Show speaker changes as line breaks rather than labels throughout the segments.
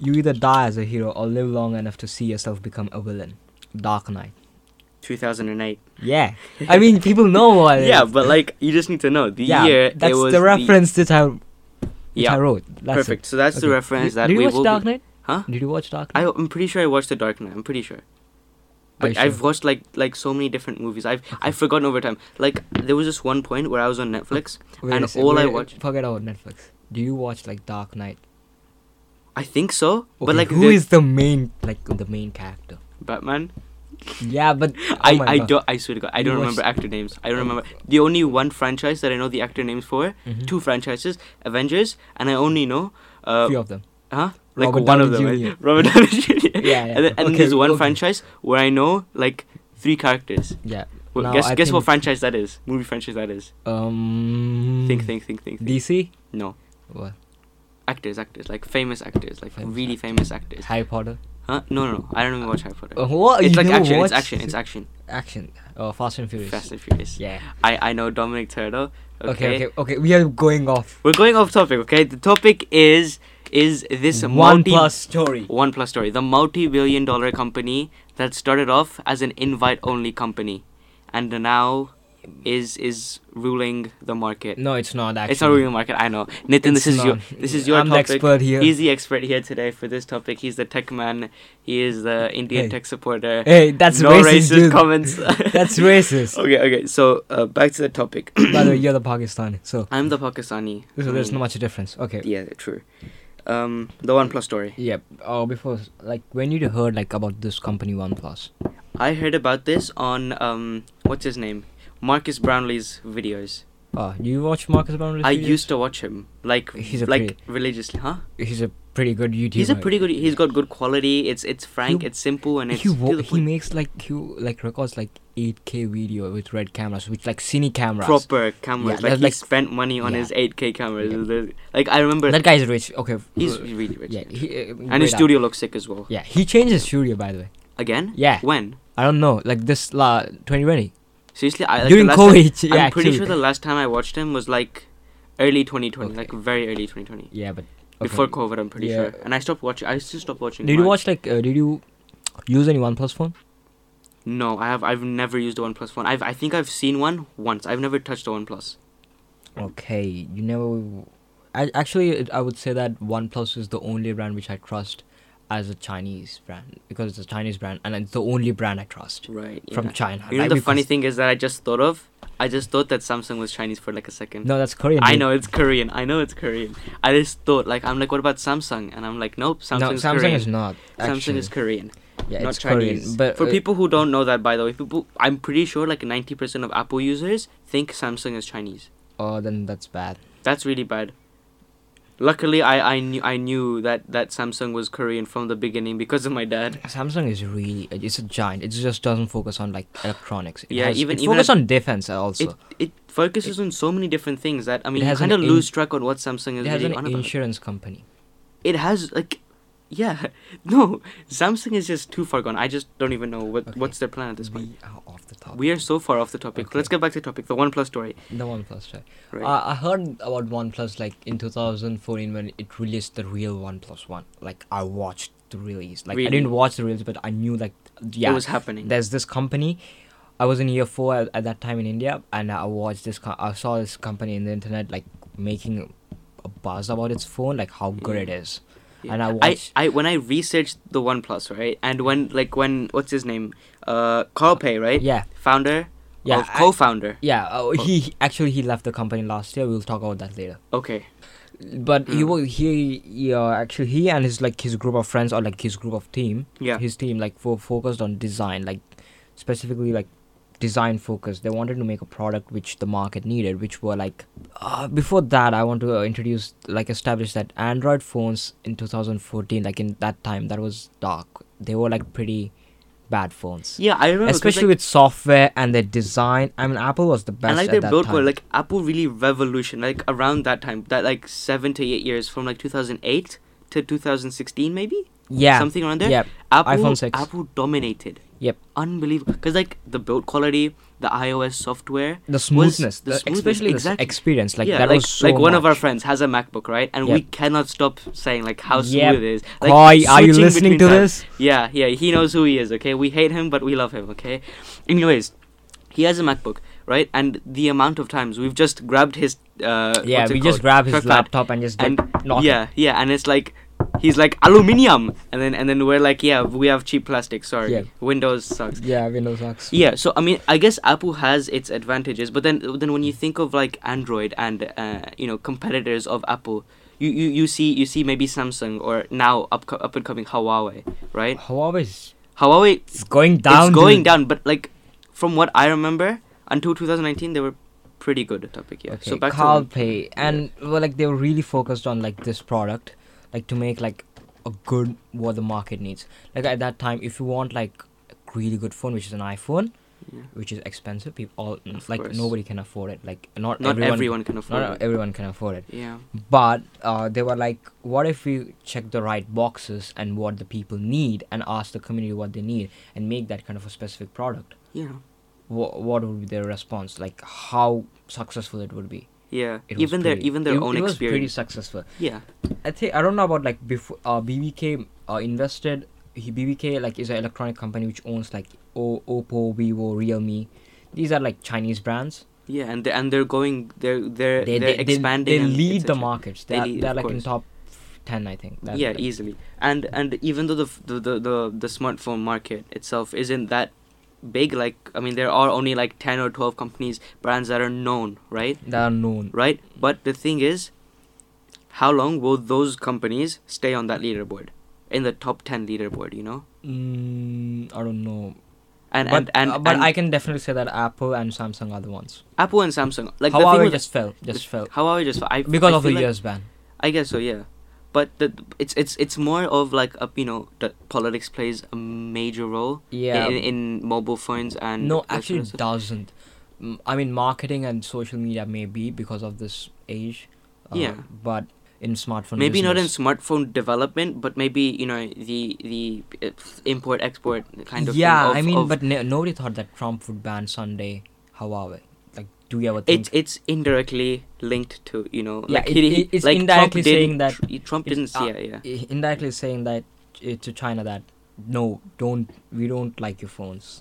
You either die as a hero or live long enough to see yourself become a villain. Dark Knight.
2008.
Yeah. I mean, people know what it
Yeah,
is.
but like you just need to know the
yeah,
year
that's
it was
the reference that I, which
yeah,
I wrote. That's
perfect. So that's the
Okay.
reference
Did,
that
did you
we
watch
will.
Dark
be-
Knight?
Huh?
Did you watch Dark Knight?
I, I'm pretty sure I watched The Dark Knight. I'm pretty sure.
Are you
But I've
sure?
watched like like so many different movies. I've I've forgotten over time. Like there was this one point where I was on Netflix.
Wait
and
a sec-
all I
wait,
watched-
Forget about Netflix. Do you watch like Dark Knight?
I think so, but
Okay,
like
who
the-
is the main like the main character?
Batman?
Yeah, but
I
oh my
I
God.
don't. I swear to God, I
You
don't
watched-
remember actor names. I don't
Oh.
remember the only one franchise that I know the actor names for.
Mhm.
Two franchises, Avengers, and I only know. Uh,
few of them.
Huh? Like
Robert
one of them.
Downey
right?
Jr..
Robert Downey Jr.
Yeah,
And, then,
yeah.
and
Okay,
there's one
okay.
franchise where I know like three characters.
Yeah.
Well,
Now
guess
I
guess what
think-
franchise that is? Movie franchise that is?
Um.
Think, think, think, think, think.
DC.
No,
What?
actors, actors, like famous actors, like
Famous
really famous actors.
Harry Potter.
Huh? No, no, no. I don't even watch Harry Potter.
Uh, what?
It's
You
like
never
action. It's
watched
action. It's action.
Action. Oh, Fast and Furious.
Fast and Furious.
Yeah.
I I know Dominic Turtle.
Okay. Okay. Okay. We are going off.
We're going off topic. Okay. The topic is is this
One
multi-
plus story.
One Plus Story, the multi billion dollar company that started off as an invite only company and now is is ruling the market.
No, it's not actually.
it's not ruling the market, I know. Nathan, this
It's
is your
not.
this is your
I'm the
topic.
expert here.
He's the expert here today for this topic. He's the tech man. He is the Indian
Hey.
tech supporter.
Hey, that's
no
racist.
racist
dude.
comments.
that's racist.
Okay, okay. So uh, back to the topic.
By the way, you're the Pakistani, so
I'm the Pakistani.
so
I
there's
mean,
not much difference. Okay.
Yeah, true. Um, the One Plus Story.
Yep. Oh, before like when you heard like about this company OnePlus.
I heard about this on um what's his name? Marcus Brownlee's videos.
Oh, do you watch Marcus Brown?
I used to watch him like
He's a
like religiously, huh?
He's a pretty good YouTuber.
He's a pretty good he's got good quality. It's it's frank,
He-
it's simple and it's
he
to
wo-
the
he
point.
makes like he like records like 8K video with red cameras, which like cine cameras.
proper cameras.
Yeah,
like
that's
he
like-
spent money on
yeah.
his 8K cameras.
Yeah.
There's- Like I remember
That guy is rich. Okay. f-
he's
uh,
really rich.
yeah. He, uh,
and his
great
studio looks sick as well.
art. Yeah, he changed his studio by the way.
Again?
Yeah.
When?
I don't know, like this la 2020
Seriously, I like, the
during
last
COVID.
time-
yeah,
I'm pretty
actually.
sure the last time I watched him was like early 2020,
Okay.
like very early 2020.
Yeah, but okay.
Before COVID, I'm pretty
Yeah.
sure. And I stopped watching. I still stopped watching.
Did you
Vine.
watch like? Uh, did you use any OnePlus phone?
No, I have. I've never used a OnePlus phone. I've. I think I've seen one once. I've never touched a OnePlus.
Okay, you never. I actually, it, I would say that OnePlus is the only brand which I trust as a Chinese brand because it's a Chinese brand and it's the only brand I trust
Right.
from China.
You know
like,
the funny
because-
thing is that I just thought of. I just thought that Samsung was Chinese for like a second.
No, that's Korean.
I
dude.
know it's Korean. I know it's Korean. I just thought like I'm like what about Samsung? And I'm like nope. Samsung's
no, Samsung
Korean.
is not.
Samsung
actually.
is Korean,
yeah,
not
it's
Chinese.
Korean. But
for
uh,
people who don't know that, by the way, people I'm pretty sure like 90% of Apple users think Samsung is Chinese.
oh, then that's bad.
That's really bad. Luckily, I, I knew I knew that, that Samsung was Korean from the beginning because of my dad.
Samsung is really it's a giant. It just doesn't focus on like electronics. It
Yeah,
has,
even-
it
even
focus
at-
on defense also.
It it focuses on so many different things that I mean you
has an
kind of
in-
lose track on what Samsung
It,
is
has
really
an
on about.
insurance company.
It has like, yeah, no, Samsung is just too far gone. I just don't even know what
Okay.
what's their plan at this point.
We are off the top.
We are so far off the topic.
Okay. Uh,
Let's get back to the topic. The OnePlus story.
The OnePlus, right?
Right.
I I heard about OnePlus like in 2014 when it released the real OnePlus One. Like I watched the release. Like I
Really?
didn't watch the release, but I knew like yeah,
It was happening.
there's this company. I was in year four at, at that time in India, and I watched this. Co- I saw this company in the internet like making a buzz about its phone, like how good it is.
Mm. Yeah.
And I
I,
watched.
I when I researched the OnePlus right, and when like when what's his name, uh, Carl Pei right,
yeah,
founder
Yeah,
of
I-
co-founder.
Yeah, oh, he he- actually he left the company last year. We'll talk about that later.
Okay.
But he
Hmm.
was he yeah actually he and his like his group of friends or like his group of team
Yeah.
his team like for focused on design like specifically like design focused they wanted to make a product which the market needed which were like uh, before that i want to uh, introduce like establish that android phones in 2014 like in that time that was dark they were like pretty bad phones
Yeah, I remember. 'cause,
especially
like,
with software and their design i mean apple was the best
and like
at
their
that
build
time.
quality, like Apple really revolution like around that time, that like seven to eight years from like 2008 to 2016 maybe.
yeah
something around there.
yeah
Apple
iPhone 6.
Apple dominated.
Yep.
Unbelievable, because like the build quality, the iOS software.
the smoothness,
the
the
smoothness,
especially the s-
exactly.
experience like
yeah,
that
like,
was so
like one of our
much.
friends has a MacBook, right? And we
Yep.
cannot stop saying like how smooth
Yep.
it is. Like,
Koi, are you
switching
listening to
between tabs.
this?
Yeah, yeah, he knows who he is, okay? We hate him, but we love him, okay? Anyways, he has a MacBook, right? And the amount of times we've just grabbed his. Uh,
Yeah,
what's it
we just
called?
grab his
Trackpad.
laptop and just get
And
knock it.
yeah, yeah, and it's like he's like aluminium, and then and then we're like, yeah, we have cheap plastic. Sorry,
Yeah.
Windows sucks.
Yeah, Windows sucks.
Yeah, so I mean, I guess Apple has its advantages, but then then when you think of like Android and uh, you know competitors of Apple, you, you, you see you see maybe Samsung or now up up and coming Huawei, right?
Huawei is
Huawei
it's going down.
it's going
dude.
down, but like from what I remember until 2019, they were pretty good at topic. Yeah,
Okay,
so back
Carl
to
Pay and well, like they were really focused on like this product, like to make like a good what the market needs. Like at that time, if you want like a really good phone, which is an iPhone,
Yeah.
which is expensive, people all
Of
like
course.
nobody can afford it. Like not
not everyone,
everyone,
can afford
not
it.
everyone can afford it.
Yeah,
But uh, they were like, what if we check the right boxes and what the people need and ask the community what they need and make that kind of a specific product?
yeah.
What, what would be their response? Like, how successful it would be?
Yeah,
It was
even their
pretty-
even their
it-
own
it was pretty
experience.
successful.
Yeah,
I think I don't know about like before uh, BBK uh, invested. He BBK like is an electronic company which owns like o- Oppo, Vivo, Realme. These are like Chinese brands.
yeah, and they and they're going, they're they're
They
they,
they,
are they are
they,
expanding.
They
and
lead the
etc.
markets.
They
They're,
lead,
they're
of
like in
course.
top ten, I think. That-
yeah,
like-
easily. And and even though the, f- the the the the smartphone market itself isn't that big, like I mean, there are only like ten or twelve companies brands that are known, right?
that are known.
Right. But the thing is, how long will those companies stay on that leaderboard, in the top ten leaderboard? You know.
Mm, I don't know.
And
but,
and and,
uh, but
and
I can definitely say that Apple and Samsung are the ones.
Apple and Samsung like the thing
Huawei
with
just fell, just fell
Huawei just I,
because
I
of the
feel like-
years ban.
I guess so, yeah. But the, it's it's it's more of like a, you know the politics plays a major role
Yeah.
in, in mobile phones and
no,
that
actually
sort of
it
stuff.
doesn't. Mm, I mean, marketing and social media may be because of this age. Uh,
Yeah.
But in smartphone.
maybe not in
business-
smartphone development, but maybe you know the the import export kind of thing
yeah,
of-
I mean,
of-
but ne- nobody thought that Trump would ban Sunday Huawei. Like, do you ever think?
it's it's indirectly linked to you know
Yeah,
like
it-
he- he-
it- it's
like
indirectly
Trump didn't
saying that
tr- he- Trump
it's-
didn't
uh,
yeah yeah
i- indirectly saying that uh, to China that no, don't we don't like your phones.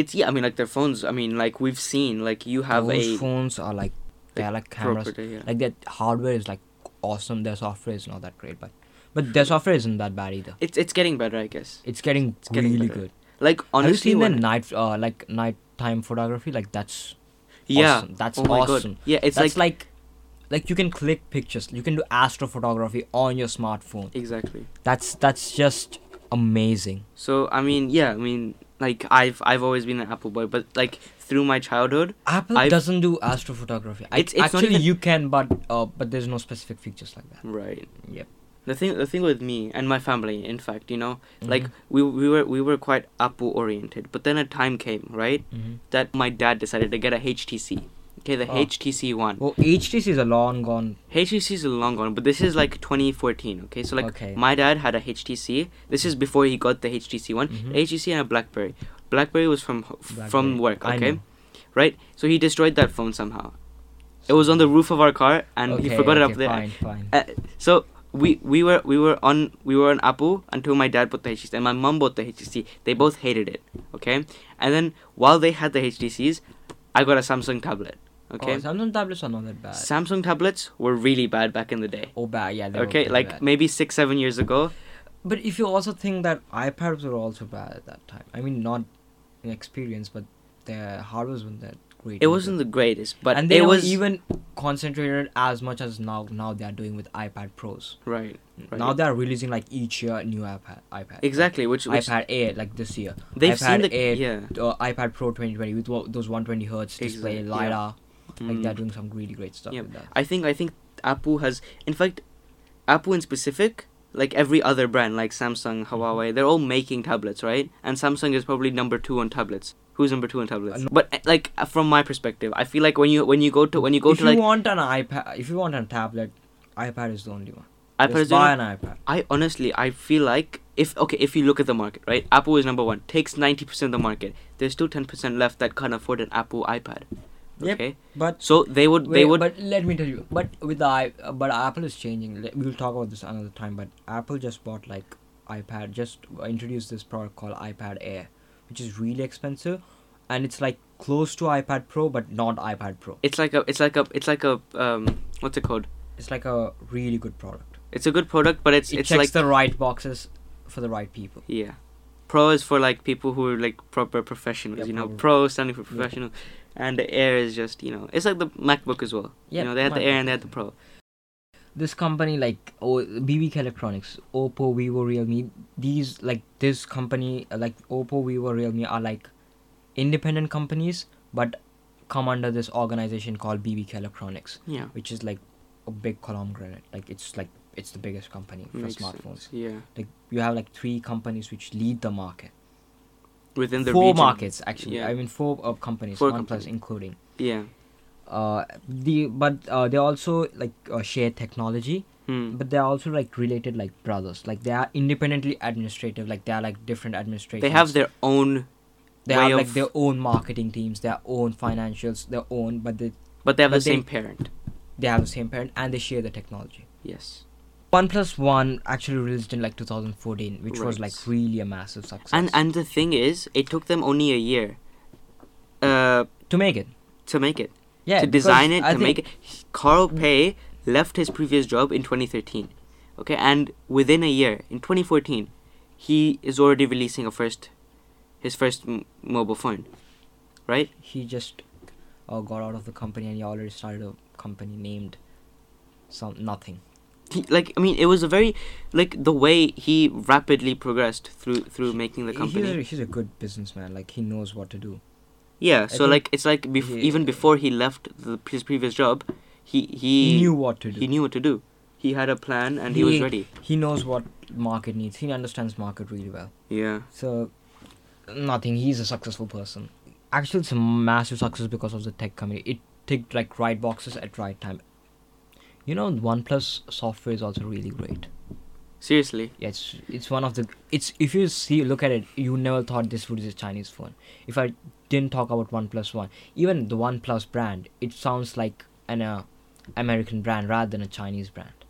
it's yeah I mean like their phones I mean like we've seen like you have
Those
a
phones are like they're like cameras.
property, yeah.
Like their hardware is like awesome. Their software is not that great, but but their software isn't that bad either.
it's it's getting better I guess
It's getting
getting
really
better.
good.
like honestly
Have you seen
when
the night uh, like nighttime photography? Like that's
yeah
awesome. That's
oh my God.
awesome.
yeah it's
It's
like
that's like, like you can click pictures. You can do astrophotography on your smartphone.
Exactly.
That's that's just amazing.
So I mean, yeah, I mean, like I've I've always been an Apple boy, but like through my childhood,
Apple
I've-
doesn't do astrophotography. I-
It's- it's not
actually
even-
you can, but uh, but there's no specific features like that.
right.
Yep.
The thing the thing with me and my family, in fact, you know, like
Mhm.
we we were we were quite Apple oriented, but then a time came, right,
Mhm.
that my dad decided to get a HTC. Okay, the
Oh.
HTC one.
Well, HTC is a long gone.
HTC is a long one, but this is like 2014. Okay, so like
Okay.
my dad had a HTC. This is before he got the HTC one.
Mhm.
HTC and a BlackBerry. BlackBerry was from
BlackBerry.
from work.
I
Okay,
know.
right. So he destroyed that phone somehow. It was on the roof of our car, and he
Okay,
forgot it
okay,
up there.
Fine, fine.
Uh, so we we were we were on we were on Apple until my dad bought the HTC and my mom bought the HTC. They both hated it. Okay, and then while they had the HTCs, I got a Samsung tablet. Okay,
Oh, Samsung tablets are not that bad.
Samsung tablets were really bad back in the day.
oh, bad. Yeah. they were
Okay,
pretty
like
bad.
maybe six, seven years ago.
But if you also think that iPads were also bad at that time, I mean, not in experience, but their hardware wasn't that great.
It
either.
wasn't the greatest, but
and they
it
never
was
even concentrated as much as now. Now they are doing with iPad Pros.
right. Right.
Now they are releasing like each year new iPad. iPad.
Exactly, which,
Like,
which
iPad Air like this year.
they've
iPad
seen the
Air,
yeah.
Uh, iPad Pro 2020 with wo- those 120 hertz display,
Exact- yeah.
lidar. Like they're
Mm.
doing some really great stuff
Yeah.
with that.
I think I think Apple has in fact Apple in specific like every other brand like Samsung,
Mm-hmm.
Huawei, they're all making tablets, right? And Samsung is probably number 2 on tablets. Who's number 2 on tablets?
no-
But uh, like uh, from my perspective, I feel like when you when you go to when you go
if
to
you
like
want an iPad, if you want a tablet, iPad is the only one.
iPad,
Just
is doing
buy
it-
an iPad.
I honestly I feel like if okay, if you look at the market, right? Apple is number 1, takes 90% of the market. There's still 10% left that can't afford an Apple iPad.
Yep.
Okay.
But
So they would
wait,
they would
But let me tell you. But with the i, uh, but Apple is changing. Let- We'll talk about this another time. But Apple just bought like iPad. Just introduced this product called iPad Air, which is really expensive, and it's like close to iPad Pro, but not iPad Pro.
it's like a it's like a it's like a um what's it called?
It's like a really good product.
It's a good product, but it's
It
it's
checks
like
the right boxes for the right people.
yeah. Pro is for like people who are like proper professionals,
Yeah,
you know.
proper-
Pro standing for
Yeah.
professional, and the Air is just you know it's like the MacBook as well.
Yeah,
you know they had the
MacBook
Air and they
is
had the
it.
Pro.
this company like oh, BBK Electronics, Oppo, Vivo, Realme, these like this company uh, like Oppo, Vivo, Realme are like independent companies but come under this organization called BBK Electronics,
Yeah,
which is like a big conglomerate. Like it's like it's the biggest company for
makes
smartphones.
sense. Yeah,
Like you have like three companies which lead the market.
within the
four
region.
markets actually.
Yeah.
I mean four uh, companies,
Four
OnePlus
companies.
including.
Yeah,
Uh, the but uh, they also like uh, share technology
Hmm.
but they're also like related like brothers like they are independently administrative like they are like different administrations
they have their own.
they
way
have like
of-
their own marketing teams their own financials their own but they
But they have
but
the same
they-
parent.
they have the same parent and they share the technology
Yes,
OnePlus One actually released in like 2014 which was
Right.
like really a massive success
and and the thing is, it took them only a year. Uh,
to make it
to make it.
yeah
to
because
design it,
I
to
think
make it. Carl Pei left his previous job in 2013. Okay, and within a year, in 2014, he is already releasing a first, his first m- mobile phone, right?
he just uh, got out of the company and he already started a company named some nothing
He, like I mean, it was a very, like the way he rapidly progressed through through making the
He's a,
company.
he's a good businessman like he knows what to do
Yeah, so
think
like it's like bef-
he-
even before he left the, his previous job, he he
he, knew what to do
he knew what to do. He had a plan and he, was ready.
He knows what market needs. He understands market really well.
Yeah,
So, nothing. He's a successful person. Actually, it's a massive success because of the tech company. It ticked like right boxes at right time. You know, OnePlus software is also really great.
seriously.
Yeah, it's it's one of the it's if you see look at it, you never thought this would be a Chinese phone. If I didn't talk about OnePlus One, even the OnePlus brand, it sounds like an uh, American brand rather than a Chinese brand.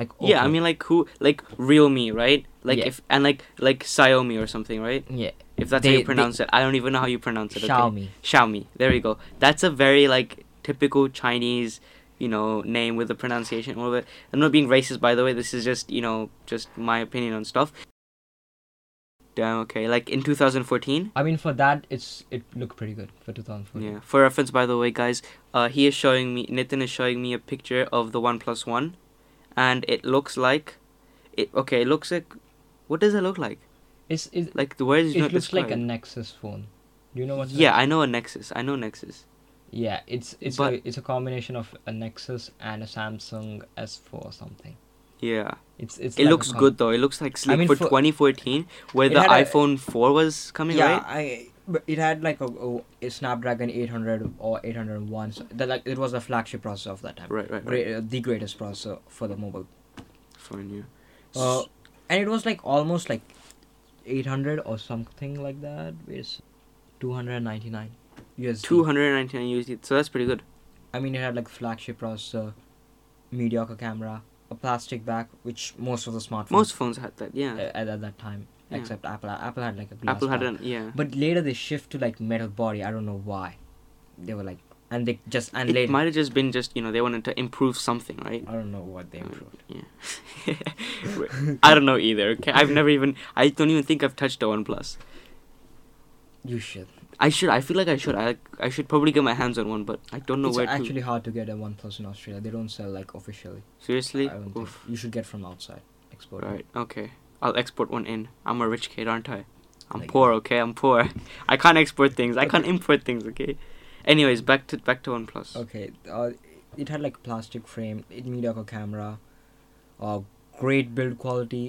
Like
Yeah, I
Oppo.
mean like who like Realme, right? Like
Yeah.
if and like like Xiaomi or something, right?
yeah,
If that's
They-
how
they-
you pronounce it. I don't even know how you pronounce it. okay?
Xiaomi.
Xiaomi. There you go. That's a very like typical Chinese, you know, name with the pronunciation all of it. I'm not being racist by the way, this is just, you know, just my opinion on stuff. Damn okay. Like in two thousand fourteen.
I mean, for that, it's it looked pretty good for 2014.
Yeah. For reference by the way, guys, uh he is showing me Nathan is showing me a picture of the one plus one and it looks like it okay, it looks like what does it look like?
It's it,
Like the words is
it
not
looks like a
described.
Nexus phone. Do you know what?
yeah, I know a Nexus. I know Nexus.
yeah. It's it's
But-
a, it's a combination of a Nexus and a Samsung S4 or something.
Yeah,
It's it's.
it
like a
looks
com-
good though. It looks like sleek
mean,
for,
for-
2014, where
It
the
had a-
iPhone 4 was coming,
yeah,
right?
I. But it had like a, a, a Snapdragon 800 or 801. So that like it was the flagship processor of that time.
Right, right, right.
Great, uh, the greatest processor for the mobile.
Fine, yeah.
Uh, and it was like almost like 800 or something like that. It's 299 USD.
299 USD. So that's pretty good.
I mean, it had like flagship processor, mediocre camera, a plastic back, which most of the smartphones
Most phones had that.
uh,
Yeah.
at, at that time,
Yeah.
except Apple. Apple had like a glass
Apple had
back.
an yeah.
But later they shift to like metal body. I don't know why. They were like, and they just and
it
later
might have just been just you know they wanted to improve something, right?
I don't know what they
Uh,
improved.
Yeah. I don't know either. Okay, I've never even. I don't even think I've touched a OnePlus.
You should.
I should. I feel like I should. I I should probably get my hands on one, but I don't know
it's
where
actually hard to get a OnePlus in Australia. They don't sell like officially.
to. Seriously.
I don't think.
Oof.
You should get from outside. Export.
Right. Okay. I'll export one in. I'm a rich kid, aren't I? I'm
Like-
poor. Okay. I'm poor. I can't export things. I can't import things. Okay. Anyways, back to back to OnePlus.
Okay. Uh, it had like plastic frame, it mediocre camera, uh, great build quality.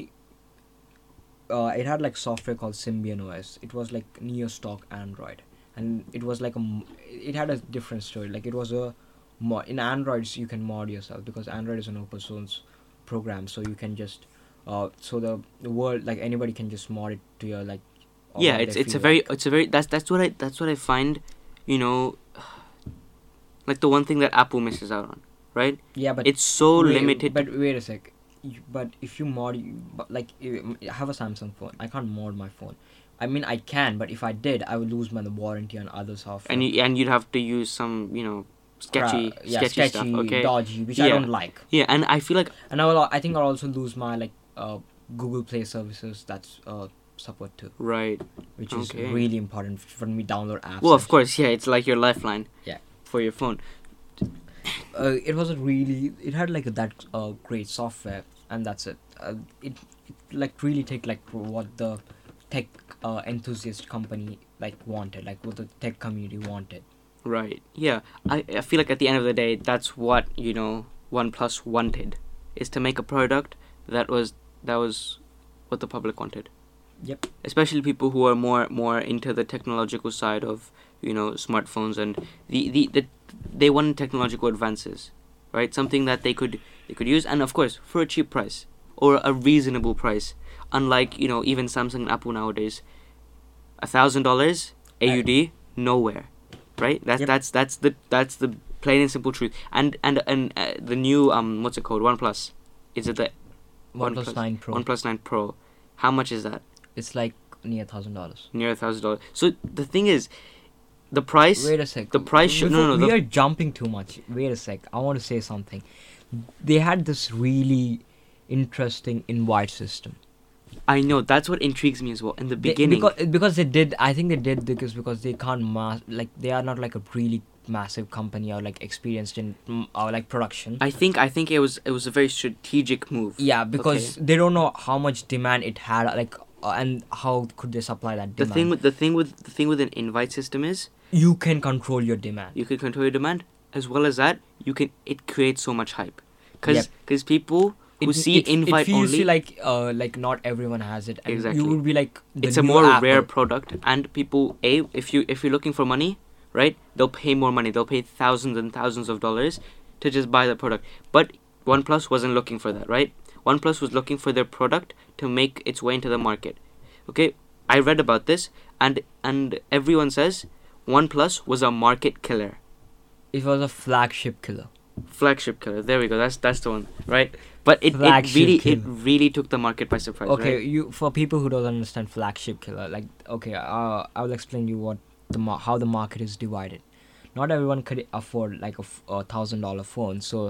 Uh, it had like software called Symbian OS. It was like near stock Android, and it was like a. m- It had a different story. Like it was a, mo- in Androids you can mod yourself because Android is an open source program, so you can just, uh, so the, the world like anybody can just mod it to your like. or
yeah
what
it's
they
it's a
feel
very
oh, like.
it's a very that's that's what i that's what i find you know like the one thing that apple misses out on right
Yeah, but
it's so
Wait,
limited
But wait a sec. You- But if you mod, you- but like you- I have a Samsung phone, I can't mod my phone. I mean, I can, but if I did, I would lose my warranty on other software.
and you and you'd have to use some you know sketchy
Ra- yeah,
sketchy, stuff okay
dodgy, which I
Yeah.
don't like.
yeah and i feel like
And I will, I think I'll also lose my like uh, Google Play services that's uh, support too,
right
which
Okay.
is really important for me download apps.
well
and
of course yeah it's like your lifeline
Yeah.
for your phone
uh, it wasn't really it had like that uh, great software and that's it. Uh, it it like really take like what the tech uh, enthusiast company like wanted like what the tech community wanted
right yeah I, I feel like at the end of the day that's what you know oneplus wanted is to make a product that was that was what the public wanted
yep
especially people who are more more into the technological side of you know smartphones and the the, the they wanted technological advances right something that they could they could use and of course for a cheap price or a reasonable price unlike you know even samsung and apple nowadays a thousand dollars
Right.
aud nowhere right that's
Yep.
that's that's the that's the plain and simple truth and and and uh, the new um what's it called oneplus is it the
OnePlus 9 Pro
oneplus 9 pro how much is that
it's like near thousand dollars
near a thousand dollars. So the thing is, the price.
wait a sec
the price should- no,
Before-
no, no,
we
the-
are jumping too much wait a sec I want to say something they had this really interesting invite system
I know that's what intrigues me as well. In the
They-
beginning,
because, because they did i think they did because because they can't mass like they are not like a really massive company or like experienced in mm, or like production
I think I think it was it was a very strategic move.
yeah because they don't know how much demand it had like uh, and how could they supply that
The
demand
thing with the thing with the thing with an invite system is
you can control your demand
you can control your demand as well as that you can it creates so much hype because
Yep.
people who
it,
see
it,
invite
it feels
only
like uh like not everyone has it and
Exactly.
you would be like the
it's a
new
more
Apple.
rare product and people a if you if you're looking for money right they'll pay more money they'll pay thousands and thousands of dollars to just buy the product but oneplus wasn't looking for that right oneplus was looking for their product to make its way into the market okay i read about this and and everyone says oneplus was a market killer
it was a flagship killer
flagship killer there we go that's that's the one right but it, it
Flagship
really it
killer.
really took the market by surprise
okay
right?
you for people who don't understand flagship killer like okay uh, i will explain you what the mar- how the market is divided not everyone could afford like a f- a thousand dollar phone so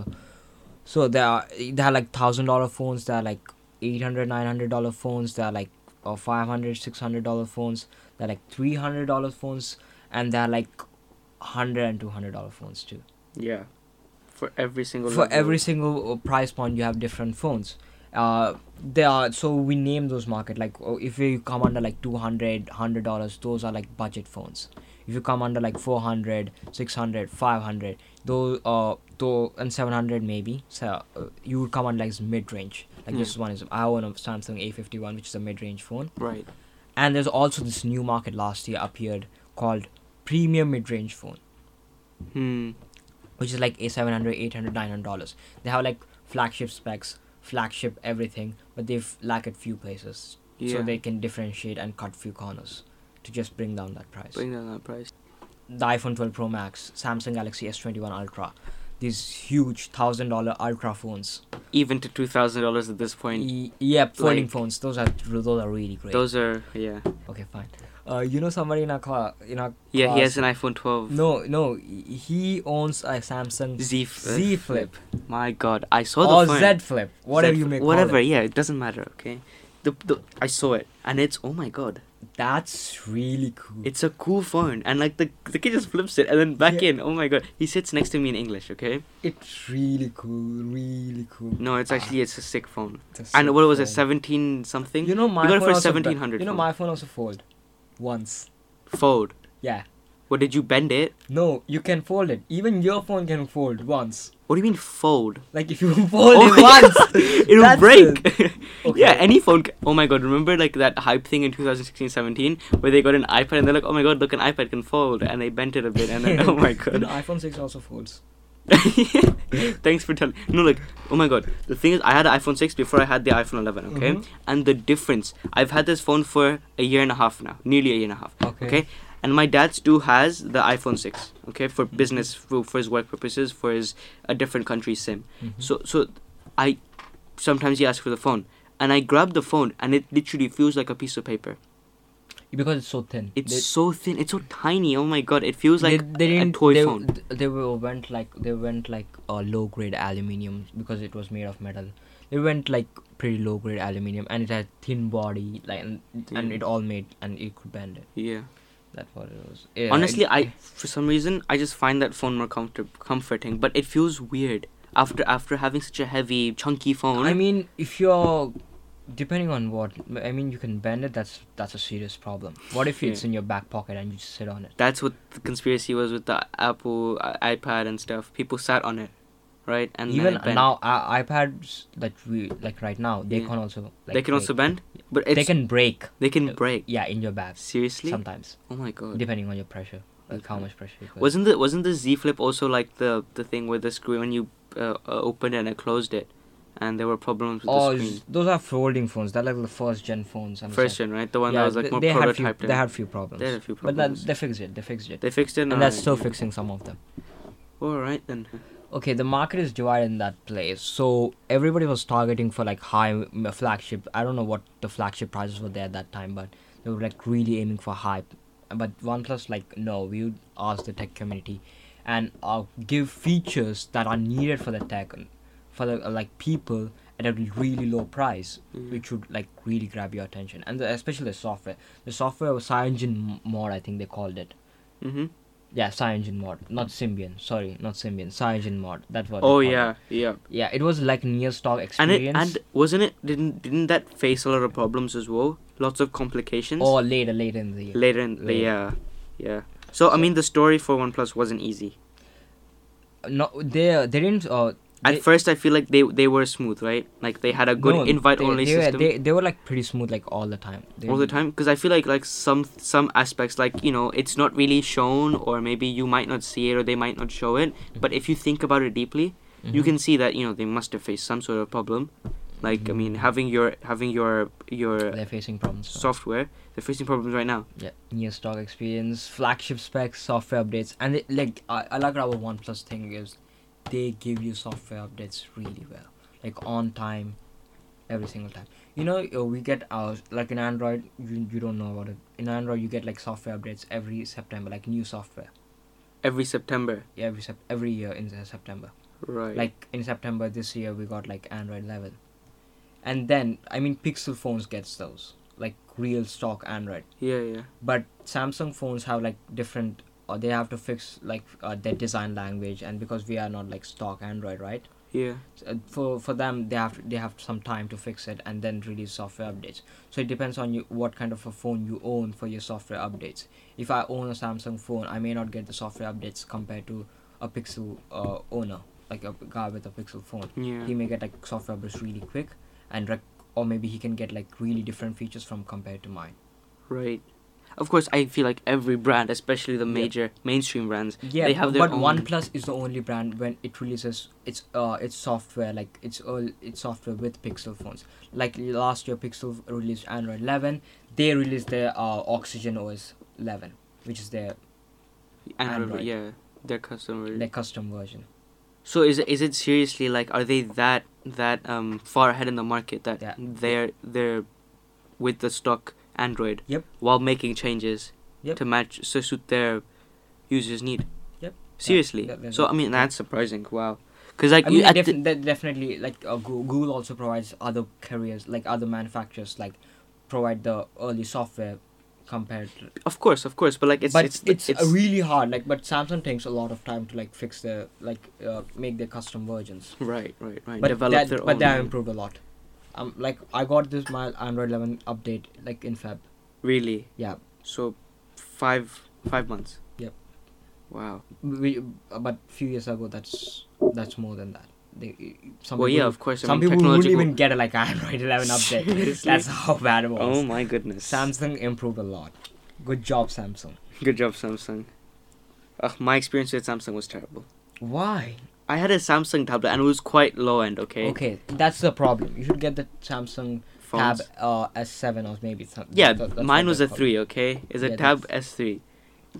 so there are there are like thousand dollar phones there are like 800 900 dollar phones there are like uh, 500 600 dollar phones there are like 300 dollar phones and there are like 100 and 200 dollar phones too
yeah for every single
for
level.
every single uh, price point you have different phones uh there are so we name those market like oh, if you come under like 200 100 dollars those are like budget phones if you come under like 400 600 500 those uh though and 700 maybe so uh, you would come under like mid range like this one is i own a samsung a51 which is a mid range phone
right
and there's also this new market last year appeared called premium mid range phone
Hmm.
which is like a 700 800 900 dollars they have like flagship specs flagship everything but they've lack at few places
Yeah.
so they can differentiate and cut few corners to just bring down that price
bring down that price.
the iphone 12 pro max samsung galaxy s21 ultra these huge thousand dollar ultra phones
Even to two thousand dollars at this point.
e- yeah folding
like-
phones those are those are really great
Those are yeah.
okay fine uh, you know somebody in our car in our
Yeah, he has
class-
an iPhone twelve
no no he owns a samsung
Z, f-
z flip
My God, I saw
or
the phone.
z flip whatever
Z
you
Flip,
make
Whatever, yeah, it doesn't matter. Okay, the, the I saw it and it's oh my God,
That's really cool.
It's a cool phone, and like the the kid just flips it and then back
Yeah.
in. Oh my god, he sits next to me in English. Okay,
It's really cool. Really cool. Ah,
no, it's actually it's a sick phone.
It's a
and
Ah. sick
what was it,
phone.
seventeen something?
You know my
you got it
phone
for
also be-
seventeen hundred.
You know my phone also fold. Once.
fold.
Yeah.
What did you bend it?
No, you can fold it. Even your phone can fold once.
What do you mean fold?
Like if you fold
Oh
it
my
once,
It'll
that's
break.
it.
yeah,
Okay.
any phone. Ca- oh my god, remember like that hype thing in 2016-17 where they got an iPad and they're like, oh my god, look, an iPad can fold, and they bent it a bit, and then oh my
You
god.
know, iPhone six also folds.
Thanks for telling. No, like, oh my god. The thing is, I had an iPhone 6 before I had the iPhone 11, okay?
Mhm.
And the difference, I've had this phone for a year and a half now, nearly a year and a half,
Okay.
okay? And my dad too has the iPhone 6, okay, for business, for, for his work purposes, for his a different country SIM.
Mhm.
So, so I sometimes he asks for the phone, and I grab the phone, and it literally feels like a piece of paper.
because it's so thin.
It's
They-
so thin, it's so tiny. Oh my god, it feels like
they, they
a
didn't,
toy
they,
phone.
th- They were went like they went like uh, low grade aluminium because it was made of metal. They went like pretty low grade aluminium and it had thin body like and, and
Yeah.
it all made and it could bend it.
Yeah.
That's what it was. Yeah,
Honestly,
it-
I for some reason I just find that phone more comfort- comforting, but it feels weird after after having such a heavy, chunky phone.
I mean, if you're depending on what I mean, you can bend it. That's that's a serious problem. What if it's
Yeah.
in your back pocket and you just sit on it?
that's what the conspiracy was with the Apple uh, iPad and stuff. People sat on it, right? And then
Even
it bent.
now, uh, iPads that we like right now, they
Yeah.
can also like,
they can also
break.
bend, but it's,
they can break.
they can break.
Yeah, in your back
Seriously?
sometimes,
Oh my god.
depending on your pressure, like how
Okay.
much pressure. you put.
Wasn't the wasn't the Z Flip also like the the thing where the screen when you uh, uh, opened it and it closed it, and there were problems with
Oh,
the screen?
it's- those are folding phones. They're like the first gen phones. and
First
stuff.
gen, right? The one
Yeah,
that was like
they-
more
they had few,
prototype.
They had few problems.
They had a few
But
problems.
that, they fixed it. They fixed it.
They fixed it,
and that's
alright.
still fixing some of them.
All right then.
okay the market is divided in that place so everybody was targeting for like high m- flagship i don't know what the flagship prices were there at that time but they were like really aiming for hype but oneplus like no we would ask the tech community and uh, give features that are needed for the tech for the uh, like people at a really low price which would like really grab your attention and the, especially the software the software was cyanogen mod i think they called it
Mm-hmm.
yeah, CyanogenMod, mod, not Symbian. Sorry, not Symbian. CyanogenMod. mod. That's what. they
Oh
call it.
yeah, yeah.
Yeah, it was like near stock
And it
experience.
and wasn't it didn't didn't that face a lot of problems as well? Lots of complications.
or later, later in the year.
later in the
Oh, later.
yeah, yeah. So I mean, the story for OnePlus wasn't easy.
no, they they didn't. Uh,
At
they-
first, I feel like they they were smooth, right? Like they had a good
no,
invite
they-
only
they
system
Were, they, they were like pretty smooth like all the time. They
all the
didn't-
time. Because I feel like like some some aspects, like you know, it's not really shown, or maybe you might not see it, or they might not show it.
Mm-hmm.
But if you think about it deeply, you
Mhm.
can see that you know they must have faced some sort of problem. Like I mean,
Mm.
having your having your your
They're facing problems. now.
software. They're facing problems right now.
Yeah, near stock experience, flagship specs, software updates, and it, like I, I like our OnePlus thing is, they give you software updates really well, like on time, every single time. You know, uh, we get our like in Android, you, you don't know about it. In Android, you get like software updates every September, like new software
Every September,
Yeah, every sep- every year in se- September.
right?
Like in September this year, we got like Android 11, and then I mean Pixel phones gets those like real stock Android
yeah, yeah,
but samsung phones have like different or they have to fix like uh, their design language and because we are not like stock android right
yeah.
S- uh, for for them they have they have some time to fix it and then release software updates so it depends on you what kind of a phone you own for your software updates if i own a samsung phone i may not get the software updates compared to a pixel uh, owner like a guy with a pixel phone
Yeah.
he may get like software updates really quick and rec- or maybe he can get like really different features from compared to mine
Right. Of course, I feel like every brand, especially the
Yeah.
major mainstream brands,
Yeah,
they have their
but
own.
OnePlus is the only brand when it releases its uh its software like it's all its software with Pixel phones. Like last year, Pixel released Android 11. They released their uh, Oxygen OS 11, which is their
Android,
Android.
yeah, their customer.
their custom version.
so is it, is it seriously like are they that that um far ahead in the market that
Yeah.
they're they're with the stock Android
Yep.
while making changes
Yep.
to match so suit their users need.
Yep.
Seriously.
that- that's
so
it.
I mean that's surprising. Wow. Because like
I mean,
you, at the-
defi- de- definitely like uh, Goo- Google also provides other carriers like other manufacturers like provide the early software compared to
Of course, of course, but like it's
but
it's
it's,
it's,
uh, really hard like but samsung takes a lot of time to like fix their like uh, make their custom versions
right, right, right.
but
Develop
that,
their
but
own.
they have improved a lot um like i got this my android 11 update like in feb
Really.
yeah
So, five five months.
Yep.
Wow.
we, but few years ago that's that's more than that they, some
well,
people,
yeah, of course. I
some
mean,
people wouldn't
technological-
even get a, like android 11 update
Seriously?
that's how bad it was
Oh my goodness.
samsung improved a lot good job samsung
Good job, Samsung. Ugh, my experience with Samsung was terrible.
why
I had a Samsung tablet and it was quite low end. Okay.
okay that's the problem you should get the samsung
Phones.
Tab uh, S7 or maybe something.
yeah, mine was a three. Okay, it's a
Yeah,
Tab S three.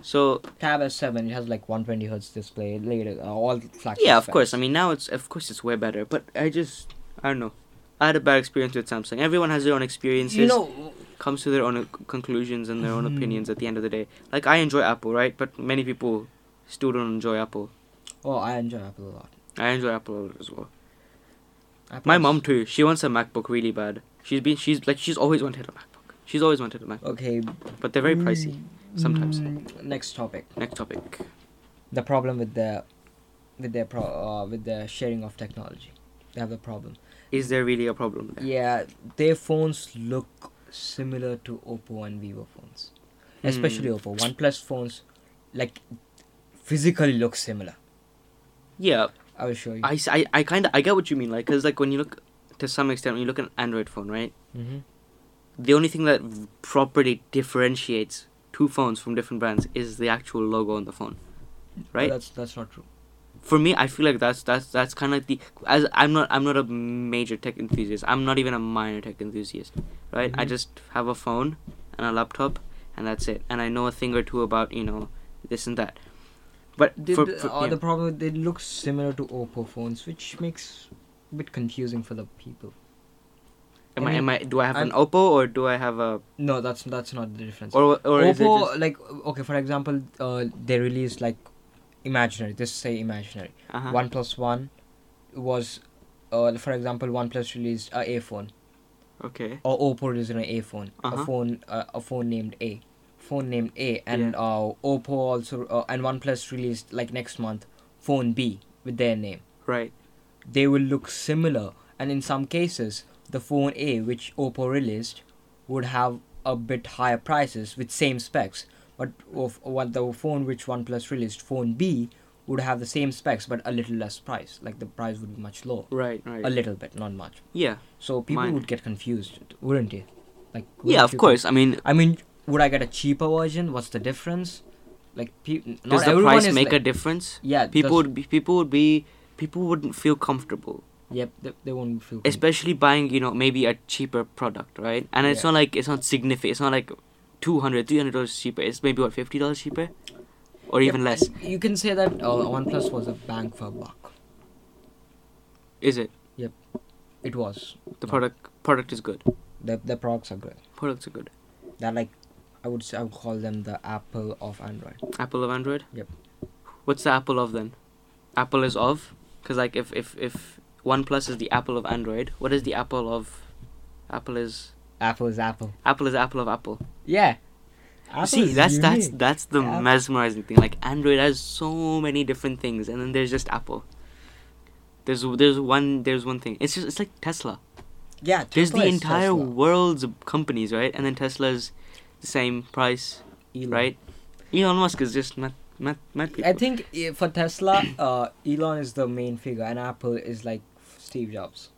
So
Tab S7. It has like 120 hertz display. Later, uh, all flagship.
yeah, of
specs.
course. I mean, now it's of course it's way better, but I just I don't know. I had a bad experience with Samsung. Everyone has their own experiences,
You know,
comes to their own uh, c- conclusions and their own
Mhm.
opinions. At the end of the day, like I enjoy Apple, right? But many people still don't enjoy Apple.
oh, I enjoy Apple a lot.
I enjoy Apple a lot as well.
Apple
My
is-
mom too. She wants a MacBook really bad. She's been she's like she's always wanted a MacBook. She's always wanted a MacBook,
Okay.
but they're very pricey. sometimes.
mm, next topic.
Next topic.
The problem with the, with their pro, uh, with the sharing of technology. They have a problem.
Is there really a problem there?
Yeah, their phones look similar to Oppo and Vivo phones, especially
Hmm.
Oppo. OnePlus phones, like, physically look similar.
Yeah,
I will show you.
I, I, I kind of I get what you mean, like, cause like when you look to some extent when you look at an Android phone, right?
hmm
The only thing that v- properly differentiates two phones from different brands is the actual logo on the phone, right?
That's that's not true.
For me, I feel like that's that's that's kind of like the as I'm not I'm not a major tech enthusiast. I'm not even a minor tech enthusiast, right? I
Mhm.
just have a phone and a laptop, and that's it. And I know a thing or two about you know this and that. But
They,
for,
the,
for-
uh,
yeah.
the problem they look similar to Oppo phones, which makes a bit confusing for the people.
am
I
I,
mean,
am I do I have an
I'm-
Oppo or do I have a
No, that's that's not the difference.
or or is it
Oppo,
just,
like okay, for example, uh, they released like imaginary. Just say imaginary.
uh-huh.
One plus one was, uh, for example, one plus released a A phone
Okay.
or Oppo released an A phone,
Uh-huh.
a phone, uh, a phone named A, phone named A, and
Yeah.
uh, Oppo also uh, and OnePlus released like next month phone B with their name.
Right.
they will look similar and in some cases the phone a which oppo released would have a bit higher prices with same specs but of what the phone which oneplus released phone b would have the same specs but a little less price like the price would be much lower
Right. Right.
a little bit not much
yeah.
so people
Mine.
would get confused wouldn't they like
Yeah.
wouldn't
Of
you-
course. I mean,
i mean would i get a cheaper version what's the difference like pe- not
does the
everyone
price
is
make a
like,
difference?
yeah does-
People would be. People would be. People wouldn't feel comfortable,
yep they, they won't feel confused.
especially buying you know maybe a cheaper product, right? And it's
Yeah.
not like it's not significant. It's not like 200 300 dollars cheaper. It's maybe what fifty dollars cheaper, or
Yeah,
even less.
You can say that uh, OnePlus was a bang for buck.
Is it
It was.
the
No.
product? Product is good.
The the products are good.
Products are good.
They're like, I would say I would call them the Apple of Android.
Apple of Android.
Yep.
What's the Apple of then? Apple is of, because like if if if OnePlus is the Apple of Android, what is the Apple of? Apple is
Apple is Apple.
Apple is Apple of Apple.
Yeah. Apple
See,
is
that's that's
unique.
that's the
Apple-
mesmerizing thing. Like Android has so many different things, and then there's just Apple. There's there's one there's one thing. It's just it's like Tesla.
yeah.
There's
Tesla
the
is
entire
Tesla.
world's companies, right? And then Tesla's the same price,
Elon.
right? Elon Musk is just not not not.
I think uh, for Tesla, uh, Elon is the main figure, and Apple is like Steve Jobs.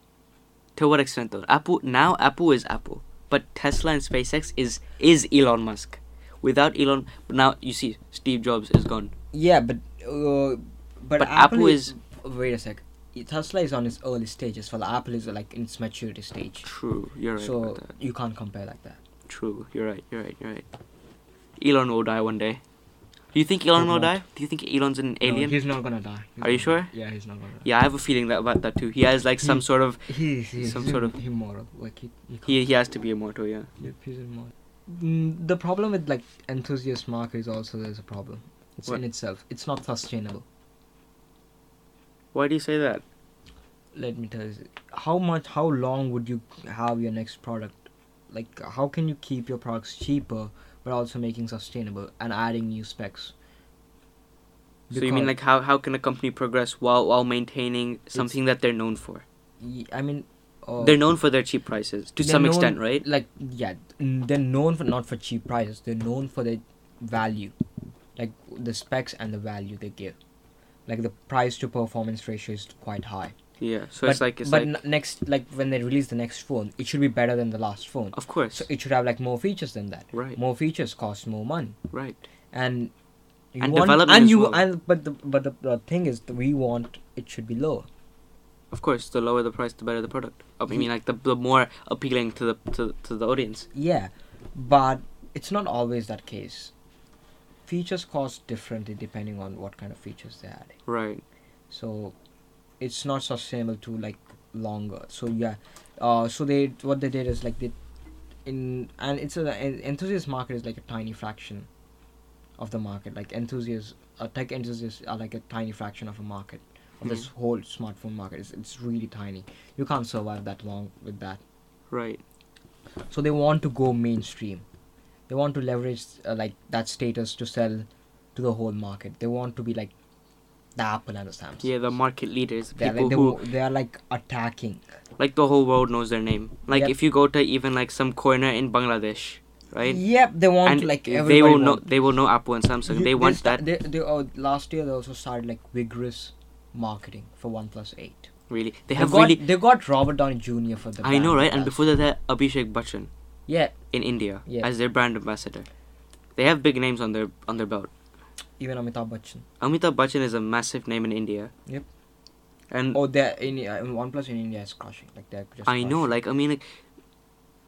to what extent though? Apple now Apple is Apple, but Tesla and SpaceX is is Elon Musk. Without Elon, now you see Steve Jobs is gone.
Yeah, but uh, but,
But, Apple, is
Wait a sec. Tesla is on its early stages, while Apple is like in its maturity stage.
true. You're right
so
about that.
you can't compare like that.
True. You're right. You're right. You're right. Elon will die one day. Do you think Elon
Hope
will
not.
die? Do you think Elon's an
No,
alien?
he's not gonna die. He's
Are you
not gonna-
sure?
Yeah, he's not gonna die.
yeah, I have a feeling that about that too. He has like some
He-
sort of
He's, he's
Some sort of-
immoral. Like he, he, can't-
he he has to be immortal. Yeah.
yep, he's immoral. Mm, the problem with like enthusiast market is also there's a problem. It's
What?
in itself. It's not sustainable.
Why do you say that?
Let me tell you, how much, how long would you have your next product? Like, how can you keep your products cheaper but also making sustainable and adding new specs.
so you
Because-
mean like how, how can a company progress while while maintaining something that they're known for?
y- I mean, uh,
They're known for their cheap prices to
they're
some
known-
extent, right?
Like yeah, n- they're known for not for cheap prices. They're known for their value, like the specs and the value they give. Like the price to performance ratio is quite high.
Yeah. So it's like it's
but
like
n- next, like when they release the next phone, it should be better than the last phone.
of course.
So it should have like more features than that.
Right.
More features cost more money,
Right.
and you
And
want,
development
and
as
you
well.
and but the but the, the thing is that we want it should be lower.
Of course, the lower the price, the better the product. I
Ye-
mean, like the, the more appealing to the to, to the audience.
Yeah, but it's not always that case. Features cost differently depending on what kind of features they're adding.
Right.
So it's not sustainable to like longer. So yeah, uh, so they what they did is like they in and it's a an enthusiast market is like a tiny fraction of the market. Like enthusiasts, uh, tech enthusiasts are like a tiny fraction of a market of this
Mhm.
whole smartphone market. It's it's really tiny. You can't survive that long with that
Right.
so they want to go mainstream they want to leverage uh, like that status to sell to the whole market they want to be like the apple and the samsung
Yeah, the market leaders, the
they're
people
like, they,
who
wa- they are like attacking
like the whole world knows their name. Like
Yep.
if you go to even like some corner in Bangladesh, right?
yep they want
and
to like everybody
they will know
want.
they will know Apple and Samsung.
You-
they want
sta-
that
they, they, oh, last year they also started like vigorous marketing for oneplus 8
really. They have
got,
really.
they got robert downey jr for the
I know,
brand
right? And
ambassador.
before that, they had Abhishek Bachchan
yeah
in India
Yeah.
as their brand ambassador. They have big names on their on their belt.
even amitabh bachchan
Amitabh Bachchan is a massive name in India.
Yep.
And
oh they're in uh, oneplus in india is crushing like they're just
I know,
crushing.
like I mean, like,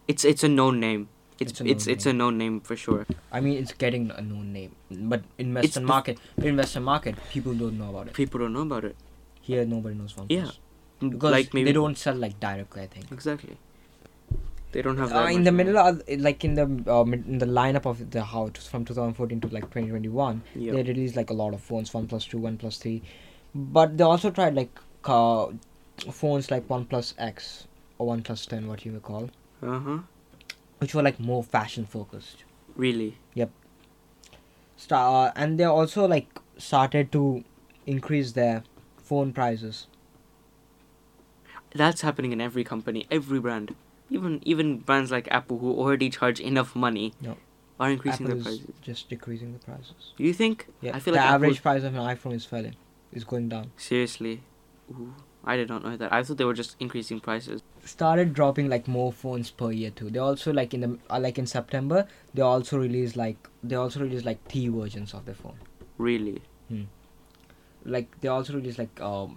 it's it's a known name. It's
It's
it's
a
it's,
known
a
name.
known name for sure.
I mean, it's getting a known name, but in
It's
Western
the-
market, in Western market, people don't know about it.
People don't know about it.
Here, nobody knows OnePlus.
Yeah, M-
because
like maybe
they don't sell like directly. I think.
exactly. They don't have that
Uh, in
much
the
money.
middle, of, like in the uh, mid- in the lineup of the how it was from 2014 to like 2021,
Yeah.
they released like a lot of phones, OnePlus Two, OnePlus Three, but they also tried like uh, phones like OnePlus X or OnePlus Ten, what you may call,
Uh huh.
which were like more fashion focused.
Really.
Star, uh, and they also like started to increase their phone prices.
That's happening in every company, every brand. Even even brands like Apple, who already charge enough money,
No.
are increasing
Apple
their
is
prices.
just decreasing the prices.
Do you think?
Yeah,
I feel
the
like
average
Apple,
price of an iPhone is falling, is going down.
seriously. Ooh, I did not know that. I thought they were just increasing prices.
Started dropping like more phones per year too. They also like in the uh, like in September they also release like they also release like T versions of the phone.
Really.
Like they also release like um,